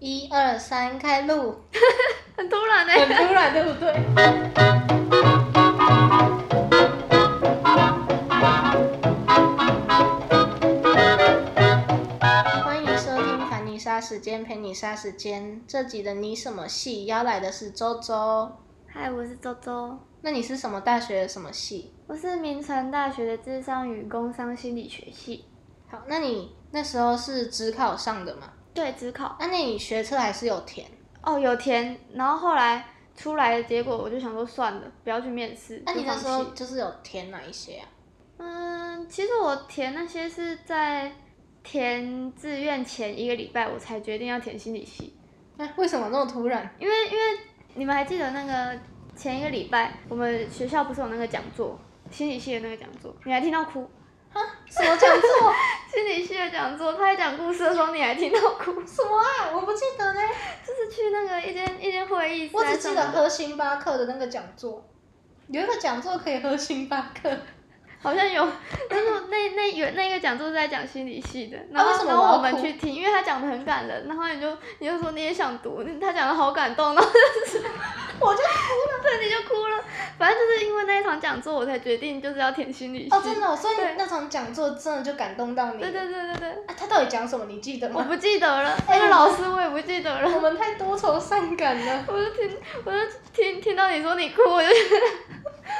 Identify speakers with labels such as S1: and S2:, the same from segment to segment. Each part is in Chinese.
S1: 一二三，开录！
S2: 很突然呢、
S1: 很突然，欸对不对？欢迎收听《凡妮莎时间陪你杀时间》。这集的你什么系邀来的是周周，
S2: 嗨，我是周周，
S1: 那你是什么大学的什么系？
S2: 我是明传大学的智商与工商心理学系，
S1: 好，那你那时候是只考上的嘛？
S2: 对，只考
S1: 那、你学测还是有填？
S2: 哦有填，然后后来出来的结果我就想说算了，不要去面试，
S1: 那、你
S2: 就
S1: 那
S2: 放
S1: 时候
S2: 弃
S1: 就是有填哪一些啊？
S2: 嗯，其实我填那些是在填志愿前一个礼拜我才决定要填心理系，
S1: 那、啊为什么那么突然？
S2: 因为因为你们还记得那个前一个礼拜我们学校不是有那个讲座，心理系的那个讲座，你还听到哭。
S1: 什么讲座？
S2: 心理系的讲座，他还讲故事的时候，你还听到哭。
S1: 什么啊？我不记得呢，
S2: 就是去那个一间一间会议室
S1: 我
S2: 还
S1: 只
S2: 是什
S1: 记
S2: 么
S1: 得
S2: 的，
S1: 喝星巴克的那个讲座，有一个讲座可以喝星巴 克。
S2: 好像有， 但是那那有那个讲座是在讲心理系的，然后、
S1: 为什么
S2: 然后我
S1: 我要
S2: 们
S1: 哭
S2: 去 听，因为他讲的很感人，然后你就你就说你也想读，他讲的好感动，然后
S1: 我就
S2: 对你就哭了。反正就是因为那一场讲座，我才决定就是要填心理系。
S1: 哦，真的哦、所以
S2: 对
S1: 那场讲座真的就感动到你。
S2: 对对对对对，
S1: 啊，他到底讲什么？你记得
S2: 我
S1: 吗？
S2: 不记得了，
S1: 哎我
S2: 那个老师我也不记得
S1: 我
S2: 了。
S1: 们太多愁善感了，
S2: 我就听，我就听听到你说你哭，我就觉得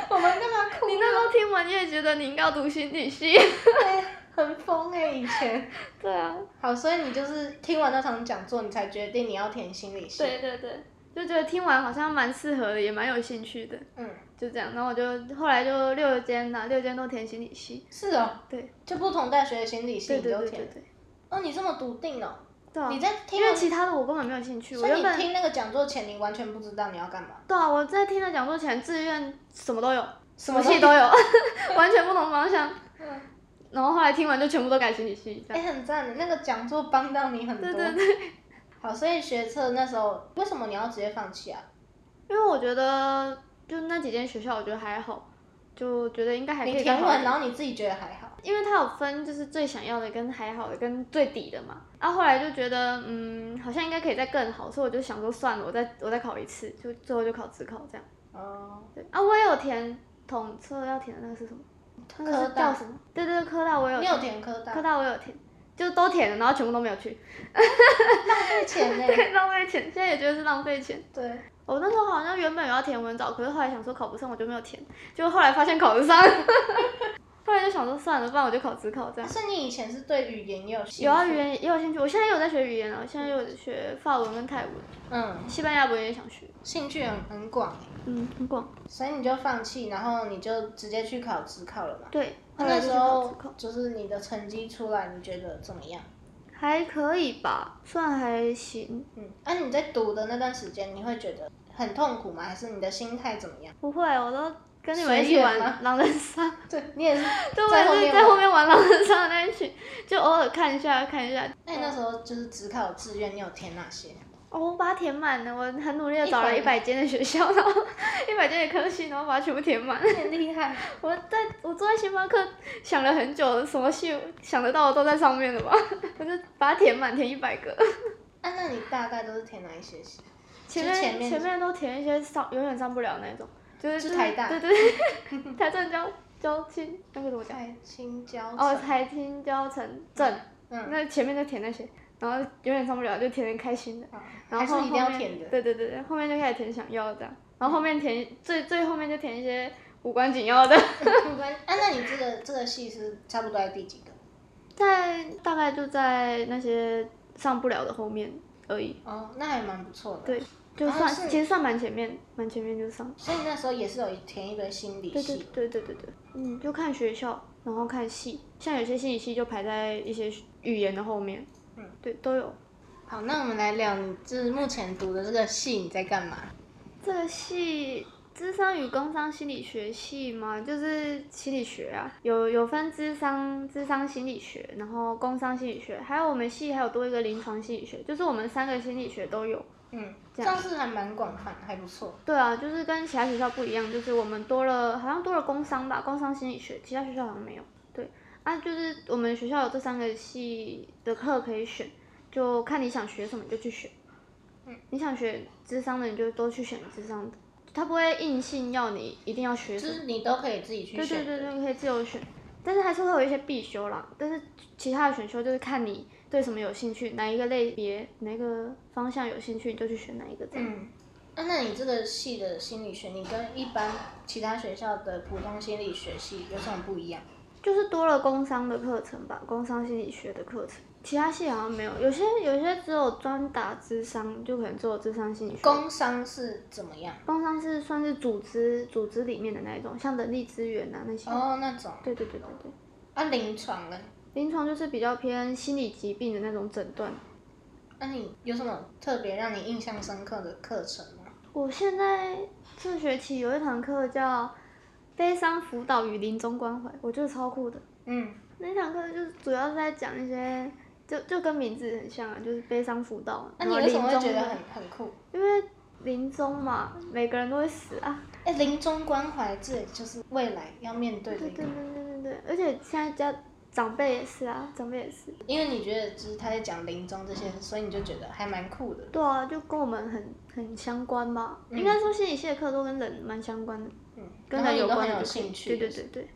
S1: 我们干嘛哭啊？
S2: 你那时候听完你也觉得你应该要读心理系。
S1: 哎很疯哎、以前。
S2: 对啊，
S1: 好，所以你就是听完那场讲座，你才决定你要填心理系。
S2: 对对对，就觉得听完好像蛮适合的，也蛮有兴趣的，
S1: 嗯，
S2: 就这样。然后我就后来就六间呐、六间都填心理系。
S1: 是哦，
S2: 对
S1: 就不同大学的心理系
S2: 对
S1: 你
S2: 对
S1: 都
S2: 对
S1: 填
S2: 对
S1: 了。
S2: 对。
S1: 哦，你这么笃定哦？
S2: 对啊
S1: 你在听
S2: 因为
S1: 完
S2: 其他的我根本没有兴趣，我
S1: 所以
S2: 原
S1: 你
S2: 本
S1: 听那个讲座前，你完全不知道你要干嘛，
S2: 对啊，我在听了讲座前，志愿什么都有，
S1: 什
S2: 什
S1: 么
S2: 么
S1: 都有
S2: 系都 有，完全不同方向。
S1: 嗯
S2: 然后后来听完就全部都改心理系，这
S1: 哎、
S2: 样。
S1: 很赞的，那个讲座帮到你很多。
S2: 对对对，
S1: 好，所以学测那时候为什么你要直接放弃啊？
S2: 因为我觉得就那几间学校，我觉得还好，就觉得应该还可
S1: 你
S2: 以
S1: 填
S2: 更好一
S1: 完，
S2: 点。
S1: 然后你自己觉得还好，
S2: 因为它有分就是最想要的跟还好的跟最底的嘛，啊后来就觉得嗯好像应该可以再更好，所以我就想说算了，我再我再考一次，就最后就考自考这样。
S1: 哦，
S2: 对啊，我也有填统测要填的那个是什么？那个
S1: 科
S2: 是叫
S1: 大
S2: 什么？对对对，科大我有
S1: 你有填科大
S2: 科，大我有填，就都填了，然后全部都没有去，
S1: 浪费钱 呢、
S2: 浪费钱，现在也觉得是浪费钱。
S1: 对，
S2: 我那时候好像原本有要填文藻，可是后来想说考不上我就没有填，就后来发现考得 上，后来就想说算了，不然我就考自考这样。
S1: 所以你以前是对语言也有兴趣？
S2: 有啊，语，言也有兴趣。我现在也有在学语言啊，我现在也有学法文跟泰文，
S1: 嗯，
S2: 西班牙文也想学。
S1: 兴趣很很广、欸，
S2: 嗯，很广。
S1: 所以你就放弃，然后你就直接去考职考了嘛？
S2: 对，后来
S1: 那
S2: 就
S1: 时
S2: 去考自
S1: 候
S2: 考，
S1: 就是你的成绩出来，你觉得怎么样？
S2: 还可以吧，算还行。
S1: 嗯，那、你在读的那段时间，你会觉得很痛苦吗？还是你的心态怎么样？
S2: 不会，我都跟你们一
S1: 随
S2: 起
S1: 缘吗
S2: 玩狼人杀，
S1: 对你也是
S2: 对，我
S1: 在后
S2: 也
S1: 面
S2: 是在
S1: 吗
S2: 后面玩狼人杀的那一群，就偶尔看一下看一下。
S1: 那你那时候就是只考志愿，你有填哪些？
S2: 哦，我把它填满了，我很努力的找了
S1: 一
S2: 一
S1: 百
S2: 百间的学校，然后一百间的科系，然后把它全部填满。
S1: 很厉害，
S2: 我在我坐在星巴克想了很久，什么戏想得到的都在上面了吧？ 我就把它填满，填一百个。
S1: 啊，那你大概都是填哪一些系？
S2: 前
S1: 就
S2: 面
S1: 是前
S2: 前
S1: 面
S2: 都填一些上永远上不了那种，就是
S1: 是
S2: 就是
S1: 台大
S2: 对对对， 台政交交青那个怎么讲？
S1: 在青椒
S2: 哦，
S1: 城
S2: 台青交城镇，
S1: 嗯，
S2: 那前面就填那些，然后永远上不了就填开心的，
S1: 好
S2: 然
S1: 啊还
S2: 后
S1: 是一定要
S2: 后面
S1: 填的。
S2: 对对对对，后面就开始填想要的这样，然后后面填最最后面就填一些无关紧要的，
S1: 没关系啊，那你这个这个系是差不多在第几个？
S2: 在大概就在那些上不了的后面而已，
S1: 哦，那还蛮不错的。
S2: 对，就
S1: 啊
S2: 算、
S1: 是
S2: 其实算蛮前面，蛮前面就上。
S1: 所以那时候也是有填一堆心理
S2: 对对
S1: 系。
S2: 对对对对，嗯，就看学校，然后看系，像有些心理系就排在一些语言的后面，
S1: 嗯，
S2: 对，都有。
S1: 好，那我们来聊你就是目前读的这个系你在干嘛？
S2: 这个系智商与工商心理学系嘛，就是心理学啊，有有分智商、智商心理学，然后工商心理学，还有我们系还有多一个临床心理学，就是我们三个心理学都有。
S1: 嗯，这
S2: 这样
S1: 样是还蛮广泛，还不错。
S2: 对啊，就是跟其他学校不一样，就是我们多了好像多了工商吧，工商心理学，其他学校好像没有。对啊，就是我们学校有这三个系的课可以选，就看你想学什么你就去选。
S1: 嗯
S2: 你想学智商的，你就多去选智商的，他不会硬性要你一定要学
S1: 就
S2: 什么。
S1: 是你都可以自己去
S2: 对对
S1: 选。
S2: 对对，可以自由选，但是还是会有一些必修啦。但是其他的选修就是看你对什么有兴趣，哪一个类别、哪一个方向有兴趣，你就去选哪一个这样。
S1: 嗯，啊，那你这个系的心理学，你跟一般其他学校的普通心理学系有什么不一样？
S2: 就是多了工商的课程吧，工商心理学的课程，其他系好像没有。有些有些只有专打智商，就可能只有智商心理学。
S1: 工商是怎么样？
S2: 工商是算是组织组织里面的那一种，像人力资源啊那些。
S1: 哦，那种
S2: 对对对对对。
S1: 啊，临床嘞？
S2: 临床就是比较偏心理疾病的那种诊断。
S1: 那、你有什么特别让你印象深刻的课程吗？
S2: 我现在这学期有一堂课叫《悲伤辅导与临终关怀》，我觉得超酷的。
S1: 嗯，
S2: 那堂课就是主要是在讲一些，就就跟名字很像啊，就是悲伤辅导。
S1: 那、
S2: 哦然
S1: 你
S2: 后
S1: 为什
S2: 临
S1: 么
S2: 终
S1: 会觉得
S2: 的
S1: 很很酷？
S2: 因为临终嘛，每个人都会死啊。
S1: 哎，临终关怀，这就是未来要面对的
S2: 对
S1: 一
S2: 对
S1: 个，
S2: 对对对对，而且现在家长辈也是啊，长辈也是。
S1: 因为你觉得就是他在讲临终这些，所以你就觉得还蛮酷的。
S2: 对啊，就跟我们很很相关吧。应该说心理系的课都跟人蛮相关的，
S1: 嗯，
S2: 跟
S1: 然后
S2: 人
S1: 你
S2: 有
S1: 都
S2: 关
S1: 很
S2: 的
S1: 有
S2: 就可以
S1: 兴趣。
S2: 对对对对，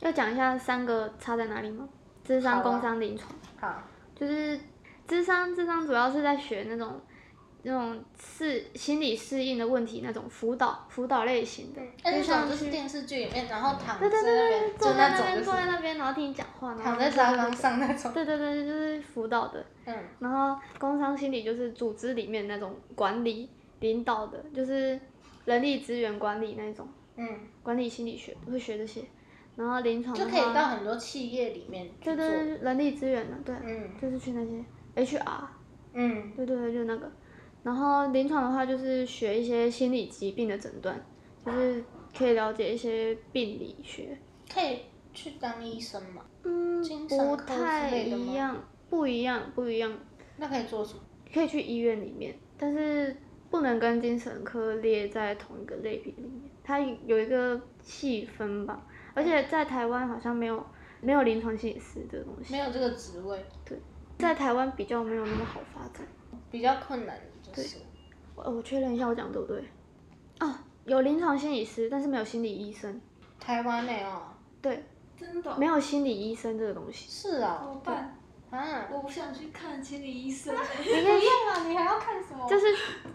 S2: 要讲一下三个差在哪里吗？智
S1: 好
S2: 商、
S1: 啊
S2: 工商、临床，
S1: 好，
S2: 就是智商，智商主要是在学那种那种适心理适应的问题那种辅导辅导类型的，
S1: 那
S2: 就
S1: 那种
S2: 像
S1: 就是
S2: 去
S1: 电视剧里面，然后躺在
S2: 对对对
S1: 那
S2: 对，
S1: 边，
S2: 坐
S1: 就那
S2: 在那
S1: 种
S2: 边
S1: 就
S2: 坐在
S1: 是
S2: 那边，然后听你讲话，然后
S1: 躺在
S2: 就
S1: 沙
S2: 是
S1: 发上 那种。
S2: 对对对，就是辅导的。
S1: 嗯，
S2: 然后工商心理就是组织里面那种管理领导的，就是人力资源管理那种
S1: 嗯，
S2: 管理心理学会学这些。然后临床的
S1: 就
S2: 话，
S1: 可以到很多企业里面去
S2: 对
S1: 做。
S2: 对对人力资源的，对，
S1: 嗯
S2: 就是去那些 HR，
S1: 嗯，
S2: 对对对，就那个。然后临床的话，就是学一些心理疾病的诊断，就是可以了解一些病理学。
S1: 可以哎去当医生嘛？
S2: 嗯
S1: 精，神
S2: 不
S1: 科之
S2: 太
S1: 类的吗
S2: 一样，不一样，不一样。
S1: 那可以做什么？
S2: 可以去医院里面，但是不能跟精神科列在同一个类别里面，它有一个细分吧。而且在台湾好像没有没有临床心理师这个东西，
S1: 没有这个职位，
S2: 在台湾比较没有那么好发展。哦
S1: 比较困难的就是，
S2: 我我确认一下我讲得对不对？哦，有临床心理师，但是没有心理医生，
S1: 台湾哦没有，
S2: 对，
S3: 真的哦
S2: 没有心理医生这个东西。
S1: 是
S3: 怎
S1: 哦，
S3: 么办？
S1: 啊，
S3: 我不想去看心理医生欸。
S2: 应该
S3: 啊，你还要看什么？
S2: 就是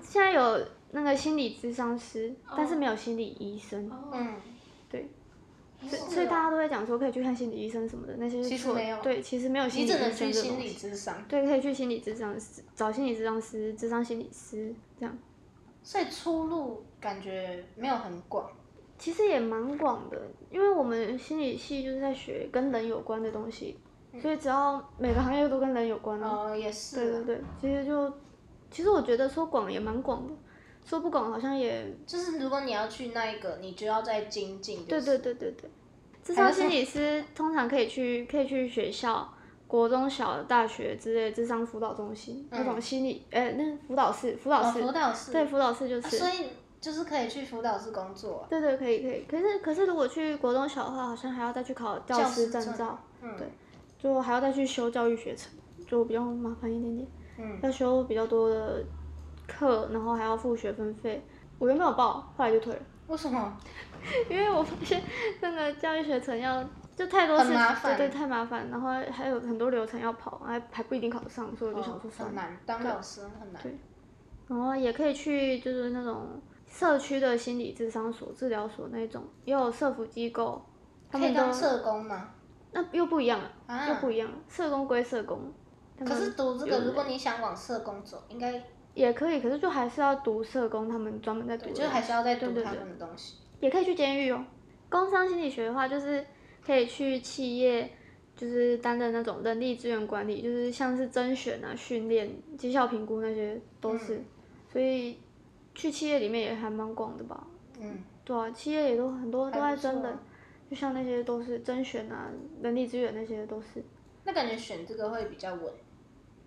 S2: 现在有那个心理咨商师，但是没有心理医生。
S3: 哦，
S1: 嗯，
S2: 对，
S3: 是啊
S2: 所以大家都会讲说可以去看心理医生什么的，那些
S1: 其
S2: 是
S1: 实
S2: 错
S1: 没有
S2: 对，其实没有心
S1: 你
S2: 理
S1: 只
S2: 医生
S1: 能
S2: 这
S1: 去
S2: 个
S1: 心
S2: 东
S1: 理
S2: 西。
S1: 智商，
S2: 对，可以去心理咨商师，找心理咨商师、咨商心理师这样，
S1: 所以出路感觉没有很广，
S2: 其实也蛮广的，因为我们心理系就是在学跟人有关的东西，所以只要每个行业都跟人有关啊。
S1: 嗯哦，也
S2: 对对
S1: 是，
S2: 对，其实就其实我觉得说广也蛮广的，说不广好像也
S1: 就是如果你要去那一个，你就要再精进，
S2: 对
S1: 对
S2: 对，对对对，智
S1: 还
S2: 商
S1: 有什
S2: 心
S1: 么
S2: 理师通常可以去可以去学校、国中小、大学之类智商辅导中心、那种心理，呃、那辅导室、辅导
S1: 嗯哦，
S2: 室，
S1: 辅导室，啊
S2: 对，辅导室就是，
S1: 所以就是可以去辅导室工作啊，
S2: 对对，可以可以。可是可是如果去国中小的话，好像还要再去考教师
S1: 师
S2: 证
S1: 证
S2: 照，
S1: 嗯
S2: 对，就还要再去修教育学程，就比较麻烦一点点，
S1: 嗯
S2: 要修比较多的课，然后还要付学分费。我原本有报，后来就退了。
S1: 嗯为什么？
S2: 因为我发现 那个教育学程要就太多
S1: 很
S2: 事情
S1: 麻，烦
S2: 对对，太麻烦，然后还有很多流程要跑，还还不一定考得上，所以我就想说
S1: 哦
S2: 算
S1: 很
S2: 了。
S1: 难，当老师很难，
S2: 然后也可以去就是那种社区的心理智商所、治疗所那种，也有社福机构，他
S1: 可
S2: 们
S1: 以
S2: 都
S1: 当社工吗？
S2: 那又不一样了，
S1: 啊
S2: 又不一样了，社工归社工。他
S1: 可
S2: 们
S1: 是读这
S2: 有
S1: 个，
S2: 的
S1: 如果你想往社工走，应该
S2: 也可以，可是就还是要读社工，他们专门在读的东西，
S1: 就还是要再
S2: 对
S1: 读
S2: 对
S1: 他
S2: 对
S1: 们的东西。
S2: 也可以去监狱哦。工商心理学的话，就是可以去企业，就是担任那种人力资源管理，就是像是甄选啊、训练、绩效评估那些都是。
S1: 嗯
S2: 所以去企业里面也还蛮广的吧？
S1: 嗯，
S2: 对啊，企业也都很多都
S1: 还
S2: 在
S1: 不错
S2: 真的，就像那些都是甄选啊、人力资源那些都是。
S1: 那感觉选这个会比较稳。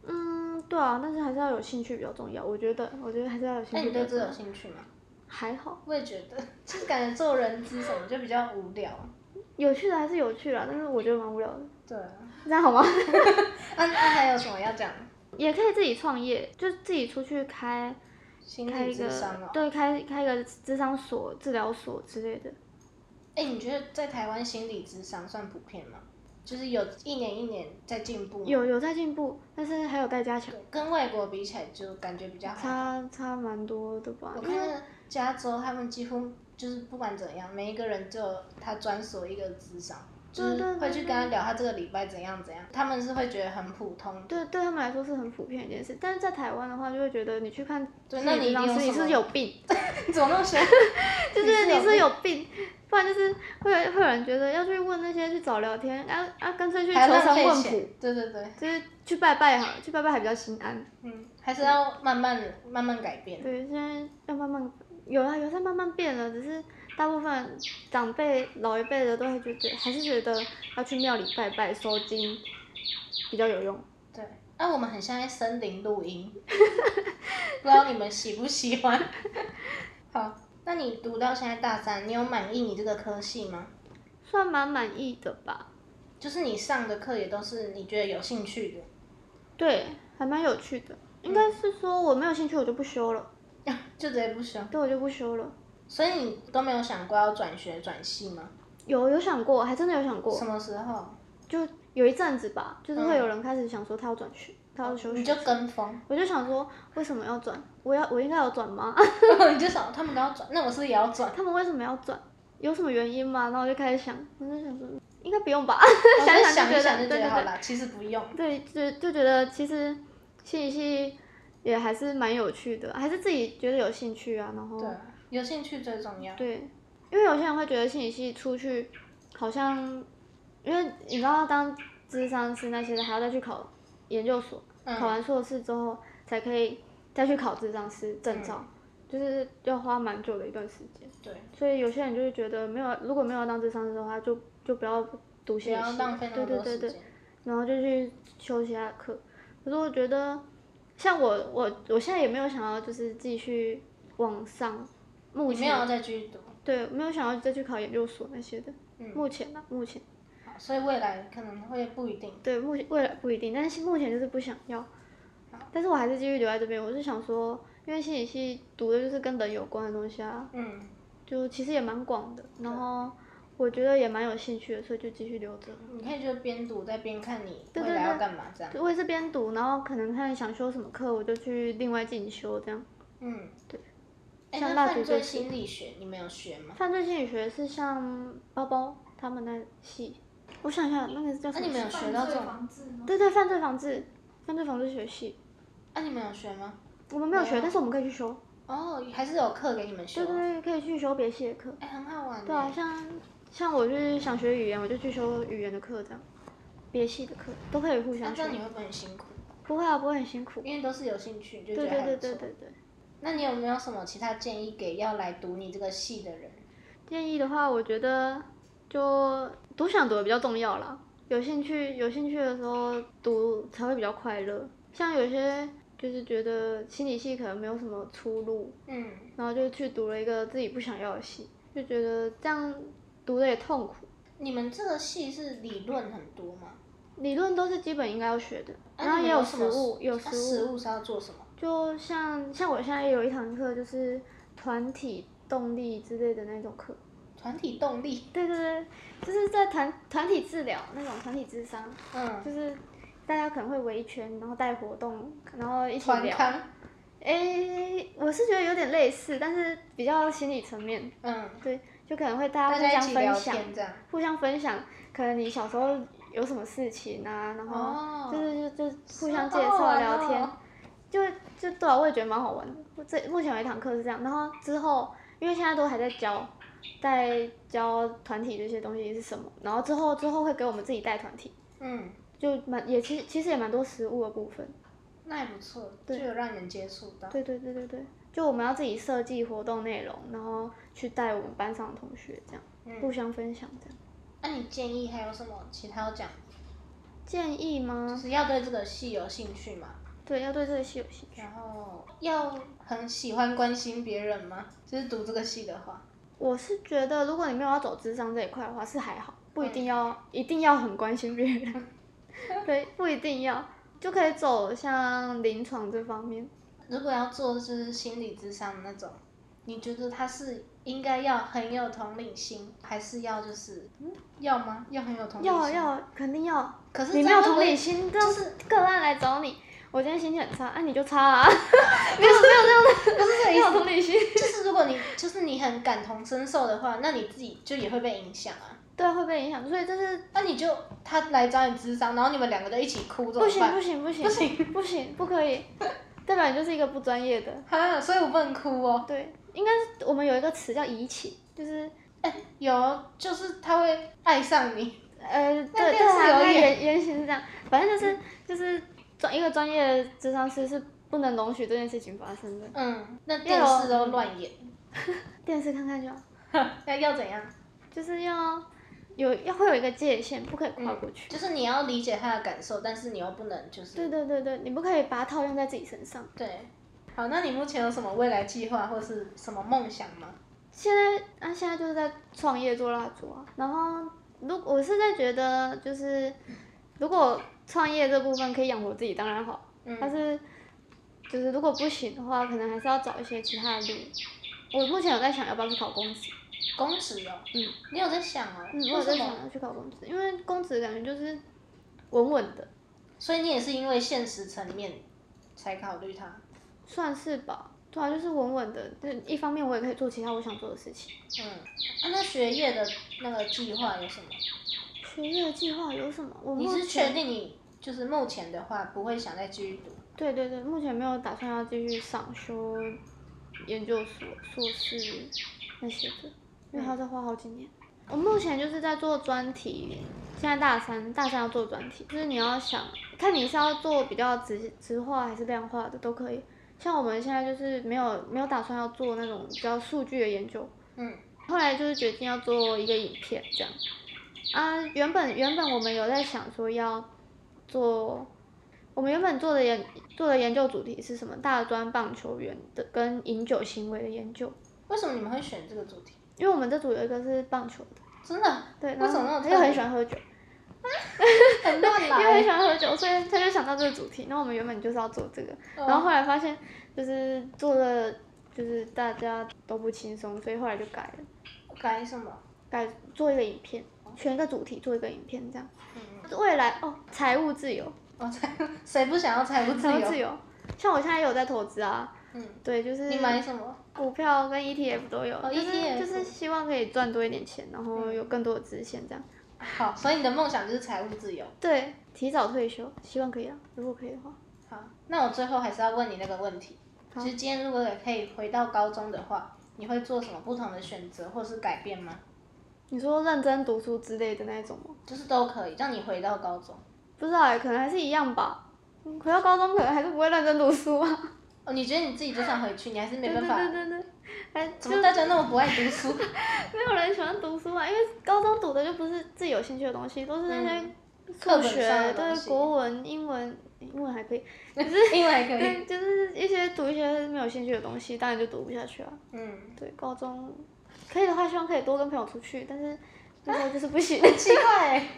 S2: 嗯，对啊，但是还是要有兴趣比较重要，我觉得，我觉得还是要有兴
S1: 那
S2: 趣
S1: 你
S2: 比较
S1: 对这
S2: 重
S1: 个
S2: 要
S1: 有。兴趣吗？
S2: 还好，
S1: 我也觉得， 就是感觉做人资什么就比较无 聊。
S2: 有趣的还是有趣啦，但是我觉得蛮无聊的，
S1: 对啊，
S2: 这样 好吗？
S1: 那、啊、那、还有什么要讲？
S2: 也可以自己创业，就自己出去开
S1: 心
S2: 开
S1: 理
S2: 一
S1: 智
S2: 个
S1: 商哦。
S2: 对开开一个智商所、治疗所之类的。
S1: 哎、你觉得在台湾心理智商算普遍吗？就是有一年一年在进步吗，
S2: 有有在进步，但是还有待加强，
S1: 跟外国比起来就感觉比较好。
S2: 差差蛮多的吧
S1: 我。
S2: 因为
S1: 看加州他们几乎就是不管怎样，每一个人就有他专属一个智商，就是会去跟他聊他这个礼拜怎样怎样，他们是会觉得很普通。
S2: 对对他们来说是很普遍的一件事，但是在台湾的话，就会觉得你去看
S1: 对
S2: 心
S1: 那
S2: 理
S1: 你一
S2: 治
S1: 定
S2: 疗
S1: 有
S2: 师，
S1: 什
S2: 你是不
S1: 么
S2: 是有病？
S1: 你怎么那么凶？
S2: 就是
S1: 你
S2: 你
S1: 是
S2: 是
S1: 有
S2: 有病，不然就是会有会有人觉得要去问那些去找聊天，啊啊，干脆去求
S1: 还要浪
S2: 神
S1: 费
S2: 问卜
S1: 钱，？对对对，
S2: 就是去拜拜好了，去拜拜还比较心安。
S1: 嗯，还是要慢慢慢慢改变。
S2: 对，现在要慢慢有啊，有在慢慢变了，只是大部分长辈老一辈的都会觉得，还是觉得要去庙里拜拜收经比较有用。
S1: 对，那、啊我们很像在森林录音， 不知道你们喜不喜欢？ 好，那你读到现在大三，你有满意你这个科系吗？
S2: 算蛮满意的吧，
S1: 就是你上的课也都是你觉得有兴趣的，
S2: 对，还蛮有趣的。应
S1: 嗯
S2: 该是说我没有兴趣，我就不修了，
S1: 就直接不修。
S2: 对，我就不修了。
S1: 所以你都没有想过要转学转系吗？
S2: 有有想过，还真的有想过
S1: 什，么时候？
S2: 就有一阵子吧，就是
S1: 嗯哦
S2: 会有人开始想说他要转学，他要休学，
S1: 你就跟风，
S2: 我就想说为什么要转？我要我应该有转吗？
S1: 你就想他们都要转，那我是不是也要转？
S2: 他们为什么要转？有什么原因吗？然后我就开始想，我就想说，应该不用吧。
S1: 我
S2: 想
S1: 就
S2: 想
S1: 想
S2: 就
S1: 一
S2: 觉得
S1: 想就觉
S2: 对
S1: 得
S2: 对
S1: 好啦，其实不用。
S2: 对，就就觉得其实心理系也还是蛮有趣的，还是自己觉得有兴趣啊。然后
S1: 对，有兴趣最重要。
S2: 对因为有些人会觉得心理系出去好像，因为你知道当智商师那些的，还要再去考研究所，
S1: 嗯
S2: 考完硕士之后才可以再去考智商师证照，就是要花蛮久的一段时间。
S1: 嗯对，
S2: 所以有些人就会觉得没有，如果没有当智商师的话，就就不要读
S1: 不
S2: 心理
S1: 要
S2: 系，
S1: 浪费那
S2: 对
S1: 么
S2: 对
S1: 多
S2: 对
S1: 时
S2: 对
S1: 间，。
S2: 然后就去修其他的课。可是我觉得，像我我我现在也没有想要就是继续往上，目
S1: 你没有
S2: 前
S1: 要再继续读，
S2: 对没有想要再去考研究所那些的。
S1: 嗯
S2: 目前吧，目前
S1: 好所以未来可能会不一定。
S2: 对目前未来不一定，但是目前就是不想要。但是我还是继续留在这边，我是想说，因为心理系读的就是跟人有关的东西啊，
S1: 嗯，
S2: 就其实也蛮广的，然后我觉得也蛮有兴趣的，所以就继续留着。
S1: 你可以就边读再边看你
S2: 对
S1: 未
S2: 对
S1: 来要
S2: 对
S1: 干嘛这样。
S2: 我也是边读，然后可能看想修什么课，我就去另外进修这样。
S1: 嗯，
S2: 对。
S1: 哎，
S2: 像
S1: 那
S2: 蜡
S1: 犯
S2: 烛
S1: 罪
S2: 就是
S1: 心理学你们有学吗？
S2: 犯罪心理学是像包包他们那系，我想一下那个叫什么系？
S1: 你们有学到这种
S3: 防治吗？
S2: 对对，犯罪防治，犯罪防治学系，
S1: 啊，你们有学吗？
S2: 我们没有
S1: 没有
S2: 学，但是我们可以去修，
S1: 哦，还是有课给你们修
S2: 对。对，对可以去修别系的课。
S1: 哎，很好玩耶。
S2: 对啊，像像我就是想学语言，我就去修语言的课，这样，别系的课都可以互
S1: 那
S2: 相
S1: 这
S2: 修
S1: 样。你会不会很辛苦？
S2: 不会啊，不会很辛苦。
S1: 因为都是有兴趣，就觉
S2: 对
S1: 得
S2: 对
S1: 还
S2: 对
S1: 不错
S2: 对对对。
S1: 那你有没有什么其他建议给要来读你这个系的人？
S2: 建议的话，我觉得就读想读的比较重要啦。有兴趣有兴趣的时候读才会比较快乐。像有些就是觉得心理系可能没有什么出路，
S1: 嗯，
S2: 然后就去读了一个自己不想要的系，就觉得这样读的也痛苦。
S1: 你们这个系是理论很多吗？
S2: 理论都是基本应该要学的，
S1: 啊
S2: 然后
S1: 你
S2: 也
S1: 们有什
S2: 实
S1: 么
S2: 物，有
S1: 啊
S2: 实
S1: 实
S2: 物。
S1: 物是要做什么？
S2: 就像像我现在有一堂课就是团体动力之类的那种课，
S1: 团体动力。
S2: 对对对，就是在团团体治疗那种团体智商，
S1: 嗯，
S2: 就是大家可能会围一圈，然后带活动，然后一起
S1: 团
S2: 聊。哎、
S1: 康。
S2: 我是觉得有点类似，但是比较心理层面，
S1: 嗯，
S2: 对，就可能会大
S1: 大
S2: 家互
S1: 家一
S2: 相
S1: 起
S2: 分
S1: 聊
S2: 享，
S1: 天这样。
S2: 互相分享，可能你小时候有什么事情啊，然
S1: 哦
S2: 后就是就就互相介
S1: 好好
S2: 绍
S1: 玩
S2: 聊天，
S1: 哦
S2: 就就对啊，我也觉得蛮好玩的。我这目前有一堂课是这样，然后之后因为现在都还在教，在教团体这些东西是什么，然后之后之后会给我们自己带团体，
S1: 嗯，
S2: 就蛮也其实其实也蛮多实物的部分。
S1: 那也不错，就有让你们接触到。
S2: 对对对对对，就我们要自己设计活动内容，然后去带我们班上的同学这样，
S1: 嗯
S2: 互相分享这样。
S1: 那你建议还有什么其他要讲？
S2: 建议吗
S1: 就？是要对这个系有兴趣嘛？
S2: 对，要对这个系有兴趣。
S1: 然后要很喜欢关心别人吗？就是读这个系的话，
S2: 我是觉得，如果你没有要走智商这一块的话，是还好，不一定要、一定要很关心别 人，对，不一定要，就可以走像临床这方面。
S1: 如果要做就是心理智商的那种，你觉得他是应该要很有同理心，还是要就是嗯要吗？要很有同理心？
S2: 要。要肯定要，
S1: 可是
S2: 你
S1: 这
S2: 没
S1: 样会
S2: 有
S1: 不
S2: 同
S1: 会
S2: 理心，这
S1: 就
S2: 样
S1: 是
S2: 是个案来找你，我今天心情很差，啊你就差 啊，没有没有这样的，不是 没有同理心，
S1: 就是如果你就是你很感同身受的话，那你自己就也会被影响啊。
S2: 对啊会被影响，所以这是
S1: 那你就他来找你智商，然后你们两个就一起哭，怎
S2: 不
S1: 么
S2: 行
S1: 办？
S2: 不行不行
S1: 不行
S2: 不行不可以， 代表你就是一个不专业的，
S1: 哈，所以我不能哭哦。
S2: 对，应该是我们有一个词叫移情，就是
S1: 有，就是他会爱上你。
S2: 呃，
S1: 那
S2: 对对
S1: 电视嗯
S2: 啊，
S1: 有
S2: 他
S1: 演
S2: 原原型是这样，反正就是就是专一个专业的智商师是不能容许这件事情发生的。
S1: 嗯，那电视都乱演，
S2: 电视看看就好，
S1: 要要怎样？
S2: 就是要有要会有一个界限，不可以
S1: 嗯
S2: 跨过去。
S1: 就是你要理解他的感受，但是你又不能就是
S2: 对对对对，你不可以把它套用在自己身上。
S1: 对好，那你目前有什么未来计划或是什么梦想吗？
S2: 现在啊，现在就是在创业做蜡烛啊，然后如我是在觉得就是如果创业这部分可以养活自己，当然好。
S1: 嗯，
S2: 但是就是如果不行的话，可能还是要找一些其他的路。我目前有在想要不要去考公职，
S1: 公职哦，
S2: 嗯，
S1: 你有在想哦？
S2: 嗯，我有
S1: 为
S2: 在
S1: 什
S2: 想
S1: 么？
S2: 要去考公职，因为公职感觉就是稳稳的，
S1: 所以你也是因为现实层面才考虑它。
S2: 算是吧。对啊，就是稳稳的。就一方面我也可以做其他我想做的事情。
S1: 嗯，啊，那学业的那个计划有什么？
S2: 学业的计划有什么？我
S1: 你
S2: 目
S1: 是确
S2: 前
S1: 定你就是目前的话不会想再继续读？
S2: 对对对，目前没有打算要继续上修研究所、硕士那些的，因为还要再花好几年。我目前就是在做专题，现在大三，大三要做专题，就是你要想看你是要做比较直直化还是量化的都可以。像我们现在就是没有没有打算要做那种比较数据的研究，
S1: 嗯
S2: 后来就是决定要做一个影片这样。啊，原本原本我们有在想说要做，我们原本做的研做的研究主题是什么？大专棒球员的跟饮酒行为的研究，
S1: 为什么你们会选这个主题？
S2: 因为我们这组有一个是棒球的，
S1: 真的？
S2: 对，
S1: 为什么那么
S2: 然后
S1: 特
S2: 他
S1: 别啊
S2: 又很喜欢喝酒，
S1: 很乱
S2: 因为很
S1: 来
S2: 喜。欢喝酒，所以他就想到这个主题。那我们原本就是要做这个，
S1: 嗯
S2: 然后后来发现就是做了，就是大家都不轻松，所以后来就改了。
S1: 改什么？
S2: 改做一个影片，选一个主题做一个影片这样。
S1: 嗯嗯，
S2: 未来哦，财务自由，
S1: 我猜谁不想要财务自
S2: 财务
S1: 由？
S2: 自由。像我现在也有在投资啊，
S1: 嗯，
S2: 对，就是
S1: 你买什么？
S2: 股票跟 ETF 都有，
S1: 哦
S2: 就是
S1: ETF
S2: 就是希望可以赚多一点钱，然后有更多的支线这样。
S1: 好，所以你的梦想就是财务自由。
S2: 对，提早退休，希望可以啊，如果可以的话。
S1: 好，那我最后还是要问你那个问题，
S2: 好
S1: 就是今天如果也可以回到高中的话，你会做什么不同的选择或是改变吗？
S2: 你说认真读书之类的那一种吗？
S1: 就是都可以让你回到高中。
S2: 不知道哎、可能还是一样吧。嗯回到高中可能还是不会认真读书啊。
S1: 哦，你觉得你自己就想回去，你还是没
S2: 对
S1: 办
S2: 对
S1: 法？
S2: 对对对，还
S1: 怎
S2: 就
S1: 么大家那么不爱读书？
S2: 没有人喜欢读书啊，因为高中读的就不是自己有兴趣的东西，都是那些
S1: 课本
S2: 嗯数学、
S1: 上的东
S2: 对
S1: 西
S2: 国文、英文，英文还可以，
S1: 因为可以。
S2: 对，就是一些读一些没有兴趣的东西，当然就读不下去啊。
S1: 嗯，
S2: 对，高中可以的话，希望可以多跟朋友出去，但是那时候就是不行。
S1: 奇怪、欸。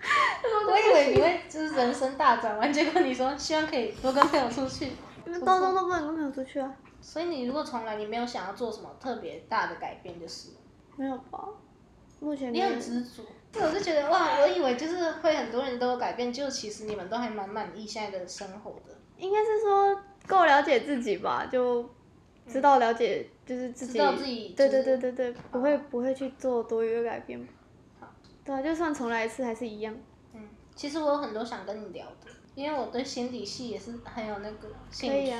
S1: 我以为你会就是人生大转弯，结果你说希望可以多跟朋友出去，
S2: 因为 高中都不能跟朋友出去啊，
S1: 所以你如果从来你没有想要做什么特别大的改变，就是了
S2: 没有吧？目前
S1: 你
S2: 没有
S1: 很执着。对，我就觉得哇，我以为就是会很多人都有改变，就其实你们都还蛮满意现在的生活的，
S2: 应该是说够了解自己吧，就知道了解就是自己，
S1: 知道自己
S2: 对
S1: 就
S2: 对
S1: 是
S2: 对对对，不会不会去做多余的改变吧。对啊，就算重来一次还是一样。
S1: 嗯，其实我有很多想跟你聊的，因为我对心理系也是很有那个兴
S2: 可
S1: 趣。
S2: 以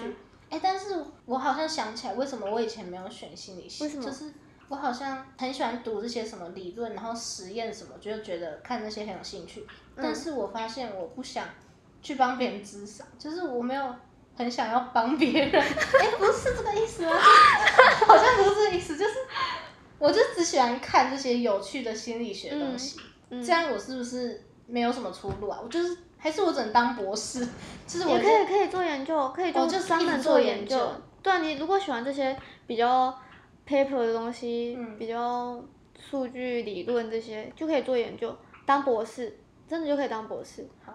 S1: 哎、
S2: 啊
S1: 但是我好像想起来，为什么我以前没有选心理系？
S2: 为什么
S1: 就是我好像很喜欢读这些什么理论，然后实验什么，就是觉得看那些很有兴趣。
S2: 嗯
S1: 但是我发现我不想去帮别人咨商，就是我没有很想要帮别人。 哎、不是这个意思吗？就是好像不是这个意思，就是我就只喜欢看这些有趣的心理学东西。
S2: 嗯
S1: 这样我是不是没有什么出路啊？我就是还是我只能当博士， 就是我
S2: 也可以可以做研究，可以
S1: 哦
S2: 就
S1: 就是
S2: 专
S1: 一直
S2: 门
S1: 做
S2: 做
S1: 研
S2: 研究
S1: 究。
S2: 对啊，你如果喜欢这些比较 paper 的东西，
S1: 嗯
S2: 比较数据理论这些，就可以做研究，当博士，真的就可以当博士。
S1: 好，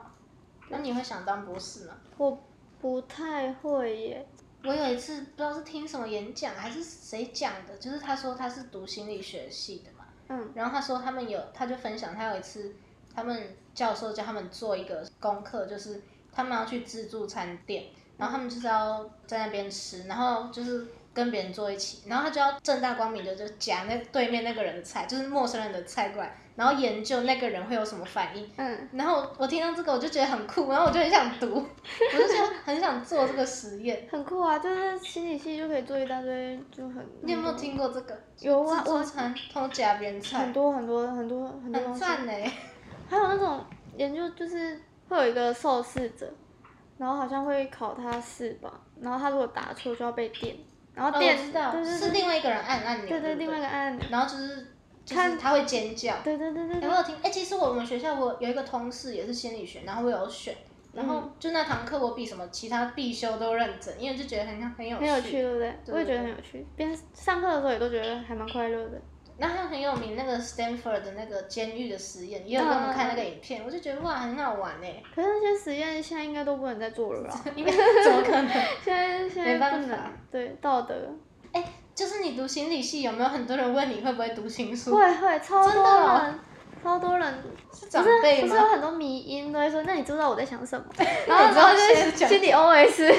S1: 那你会想当博士吗？
S2: 我不太会耶，
S1: 我有一次不知道是听什么演讲还是谁讲的，就是他说他是读心理学系的嘛，
S2: 嗯
S1: 然后他说他们有，他就分享他有一次，他们教授叫他们做一个功课，就是他们要去自助餐店，然后他们就是要在那边吃，然后就是跟别人坐一起，然后他就要正大光明的就夹那对面那个人的菜，就是陌生人的菜过来，然后研究那个人会有什么反应。
S2: 嗯，
S1: 然后我我听到这个我就觉得很酷，然后我就很想读，我就想很想做这个实验。
S2: 很酷啊，就是心理系就可以做一大堆，就很。
S1: 你有没有？听过这个？
S2: 有啊
S1: 自，助
S2: 我
S1: 餐偷夹别人菜
S2: 很，多很多很多很多
S1: 很
S2: 东西。
S1: 赞呢、
S2: 还有那种研究，就是会有一个受试者，然后好像会考他试吧，然后他如果答错就要被电，然后
S1: 哦，
S2: 电、
S1: 我知道，
S2: 对对
S1: 是另外一个人按按钮，
S2: 对对
S1: 不
S2: 另外一个按钮，
S1: 然后就是就是
S2: 看
S1: 他会尖叫，
S2: 对对对对
S1: 有
S2: 对
S1: 没，有听？哎、其实我们学校我有一个同事也是心理学，然后我有选，然后
S2: 嗯
S1: 就那堂课我比什么其他必修都认真，因为就觉得很很有
S2: 很有趣，对不对？
S1: 对
S2: 我
S1: 对
S2: 也觉得很有趣，边上课的时候也都觉得还蛮快乐的。
S1: 然后还有很有名那个 Stanford 的那个监狱的实验，
S2: 嗯
S1: 也有给我们看那个影片，我就觉得哇很好玩哎、
S2: 可是那些实验现在应该都不能再做了吧？
S1: 因为怎么可 能？
S2: 现在现
S1: 没
S2: 在
S1: 办
S2: 不
S1: 法
S2: 能，对道德
S1: 就是你读心理系，有没有很多人问你会不会读心术？
S2: 会会超
S1: 真的
S2: 多
S1: 哦
S2: 人，超多人
S1: 是
S2: 不
S1: 长
S2: 是
S1: 辈
S2: 不是
S1: 吗？
S2: 有很多迷音都会说，那你知不知道我在想什么？ 然
S1: 那
S2: 后
S1: 你知道
S2: 然后就
S1: 现在
S2: 是
S1: 讲
S2: 心里 OS，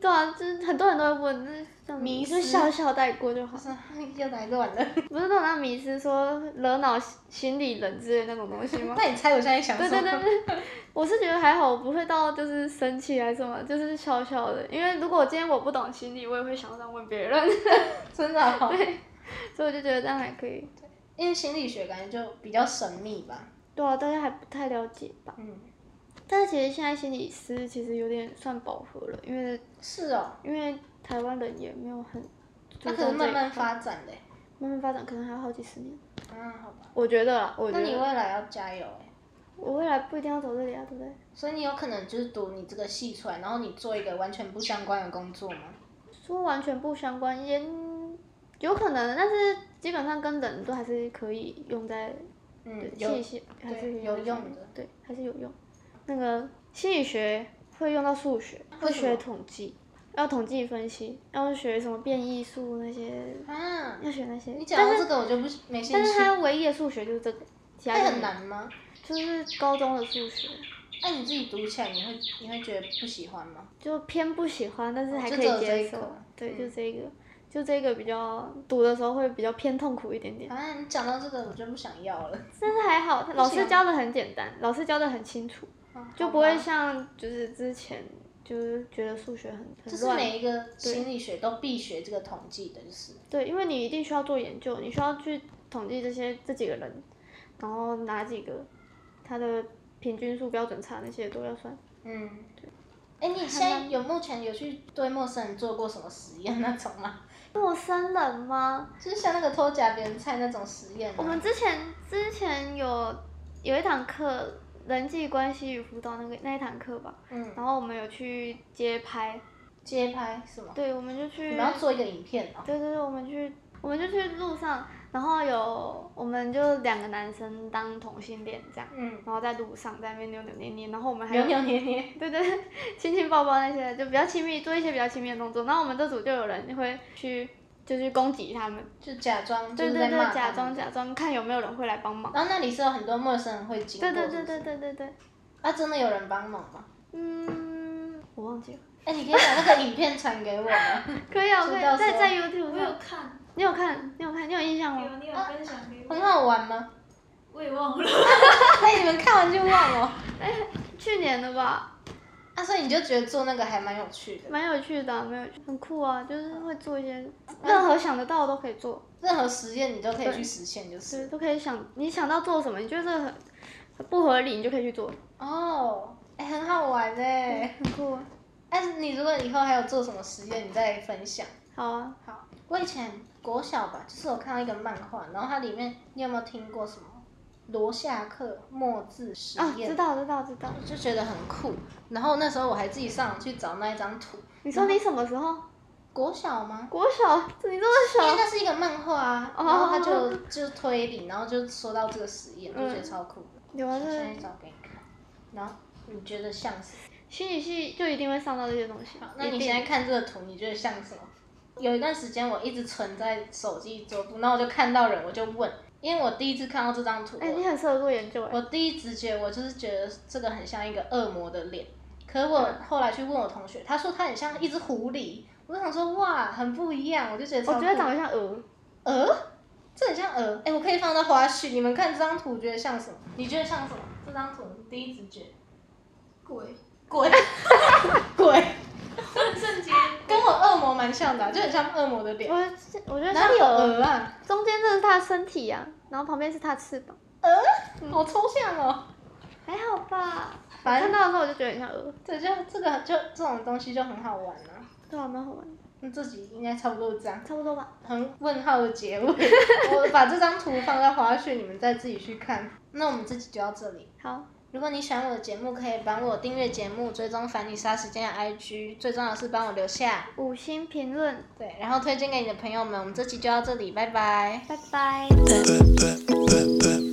S2: 对啊，就是很多人都会问，就是这样
S1: 迷啊
S2: 就
S1: 思
S2: 笑笑带过就好
S1: 我。说嗯又来乱了，
S2: 不是都有那迷思说惹恼心理人之类那种东西吗？
S1: 那你猜我现在想什
S2: 对
S1: 么？
S2: 对对对，我是觉得还好，我不会到就是生气还是什么，就是笑笑的。因为如果今天我不懂心理，我也会想要这样问别人，
S1: 真的、哦。
S2: 所以我就觉得这样还可以。
S1: 因为心理学感觉就比较神秘吧。
S2: 对啊，大家还不太了解吧？
S1: 嗯，
S2: 但是其实现在心理师其实有点算饱和了，因为
S1: 是哦，
S2: 因为台湾人也没有很，
S1: 它可
S2: 注
S1: 是
S2: 重这一
S1: 慢慢
S2: 块
S1: 发展的欸。
S2: 慢慢发展，可能还要好几十年。
S1: 嗯，好吧。
S2: 我觉得啦，我觉
S1: 那
S2: 得
S1: 你未来要加油哎，
S2: 我未来不一定要走这里啊，对不对？
S1: 所以你有可能就是读你这个系出来，然后你做一个完全不相关的工作吗？
S2: 说完全不相关，也有可能，但是基本上跟人都还是可以用在
S1: 嗯，有
S2: 信息，还是可以
S1: 有
S2: 在
S1: 用
S2: 上面
S1: 的
S2: 对，还是有用。那个心理学会用到数学，会
S1: 为什么
S2: 学统计，要统计分析，要学什么变异数那些，
S1: 啊。
S2: 要学那些。
S1: 你讲
S2: 但
S1: 到
S2: 是
S1: 这个我就不没兴
S2: 但是
S1: 趣。
S2: 它唯一的数学就是这个，其他
S1: 会
S2: 就
S1: 很
S2: 没有
S1: 难吗？
S2: 就是高中的数学，
S1: 那你自己读起来，你会你会觉得不喜欢吗？
S2: 就偏不喜欢，但是还
S1: 就
S2: 可
S1: 只有
S2: 以
S1: 这一
S2: 接受
S1: 个。
S2: 对，
S1: 嗯
S2: 就这个，就这个比较读的时候会比较偏痛苦一点点，
S1: 啊，你讲到这个我就不想要了，
S2: 但是还好，老
S1: 喜
S2: 师
S1: 欢
S2: 教的很简单，老师教的很清楚，就不
S1: 啊哦好
S2: 会
S1: 吧
S2: 像就是之前就是觉得数学很
S1: 就
S2: 很
S1: 是
S2: 乱。
S1: 每一个心理学都必学这个统计的，就是
S2: 对，因为你一定需要做研究，你需要去统计这些这几个人，然后哪几个他的平均数、标准差那些都要算。
S1: 嗯，哎，你现在有目前有去对陌生人做过什么实验那种吗？
S2: 陌生人吗？
S1: 就是像那个偷夹别人菜那种实验吗？啊
S2: 我们之前之前有有一堂课人际关系与辅导那个那一堂课吧，
S1: 嗯
S2: 然后我们有去街拍，
S1: 街拍是吗？
S2: 对，我们就去，
S1: 你们要做一个影片哦。
S2: 对对对，我们去我们就去路上，然后有我们就两个男生当同性恋这样，
S1: 嗯，
S2: 然后在路上在那边扭扭捏捏，然后我们还有
S1: 扭扭捏捏，
S2: 对对，亲亲抱抱那些就比较亲密，做一些比较亲密的动作，然后我们这组就有人会去就去攻击他们，
S1: 就假装就
S2: 对
S1: 是
S2: 对
S1: 在
S2: 对
S1: 骂，
S2: 假
S1: 他
S2: 装
S1: 们
S2: 假装看有没有人会来帮忙。
S1: 然后那里是有很多陌生人会经过，
S2: 对对
S1: 是
S2: 对
S1: 不是
S2: 对。对对对，
S1: 啊，真的有人帮忙 吗？
S2: 嗯，我忘记了，
S1: 哎，你可以把那个影片传给我 吗？
S2: 可以啊，可以
S1: 知道
S2: 在
S1: 说
S2: 在 YouTube
S3: 我有
S2: 上，
S3: 看，
S2: 你有看，你有看，你有印象
S3: 有
S2: 吗？
S3: 你有分享给
S1: 很
S3: 我，
S1: 好玩吗？
S3: 我也忘了。
S1: 哎，你们看完就忘了。
S2: 去年的吧，
S1: 啊，所以你就觉得做那个还蛮有趣的，
S2: 蛮有趣的啊、嗯蛮有趣，很酷啊，就是会做一些任何想得到的都可以做，
S1: 任何实验你都可以去实现，就
S2: 对，
S1: 是。
S2: 都可以想你想到做什么，你觉得这个很很不合理，你就可以去做，
S1: 哦，哎，很好玩哎。
S2: 很酷、啊，
S1: 但是你如果以后还有做什么实验，你再分享。
S2: 好啊，
S1: 好，我以前国小吧，就是有看到一个漫画，然后它里面你有没有听过什么罗夏克墨字实
S2: 啊，
S1: 验？
S2: 知道知道知道。
S1: 就觉得很酷。然后那时候我还自己上网去找那一张图。
S2: 你说你什么时候？
S1: 国小吗？
S2: 嗯国小？你这
S1: 因为
S2: 么小？
S1: 那是一个漫画啊，
S2: 哦
S1: 然后他就就推理，然后就说到这个实验，我
S2: 嗯
S1: 就觉得超酷的。
S2: 有啊，
S1: 我现在
S2: 这
S1: 找给你看。然后你觉得像是？
S2: 心理系就一定会上到这些东西。
S1: 那你
S2: 一定
S1: 现在看这个图，你觉得像什么？有一段时间我一直存在手机桌布，然后我就看到人，我就问，因为我第一次看到这张图，
S2: 哎、
S1: 我
S2: 你很适合做研究哎、
S1: 我第一直觉我就是觉得这个很像一个恶魔的脸，可是我后来去问我同学，他说他很像一只狐狸，我就想说哇，很不一样，我就觉得
S2: 我
S1: 超酷
S2: 觉得长得像鹅，
S1: 鹅，这很像鹅，哎、我可以放到花絮，你们看这张图觉得像什么？你觉得像什么？这张图第一直觉，
S3: 鬼，
S1: 鬼，鬼，
S3: 瞬间
S1: 跟我恶魔蛮像的啊、就很像恶魔的脸，
S2: 我我觉得
S1: 哪
S2: 像
S1: 里有
S2: 鹅，
S1: 鹅啊？
S2: 中间这是它的身体呀、然后旁边是它的翅膀，
S1: 好抽象哦。
S2: 还好吧？
S1: 反
S2: 看
S1: 正
S2: 到的时候我就觉得很像鹅，
S1: 这就这个就这种东西就很好玩啊。
S2: 对啊，蛮好玩的，
S1: 那这集应该差不多这样。
S2: 差不多吧。
S1: 很问号的结 尾。我把这张图放在花絮，你们再自己去看。那我们这集就到这里。
S2: 好，
S1: 如果你喜欢我的节目，可以帮我订阅节目，追踪凡妮莎时间的 IG，最重要的是帮我留下
S2: 五星评论，
S1: 对，然后推荐给你的朋友们。我们这集就到这里，拜拜。
S2: 拜拜。
S4: pet, pet, pet, pet.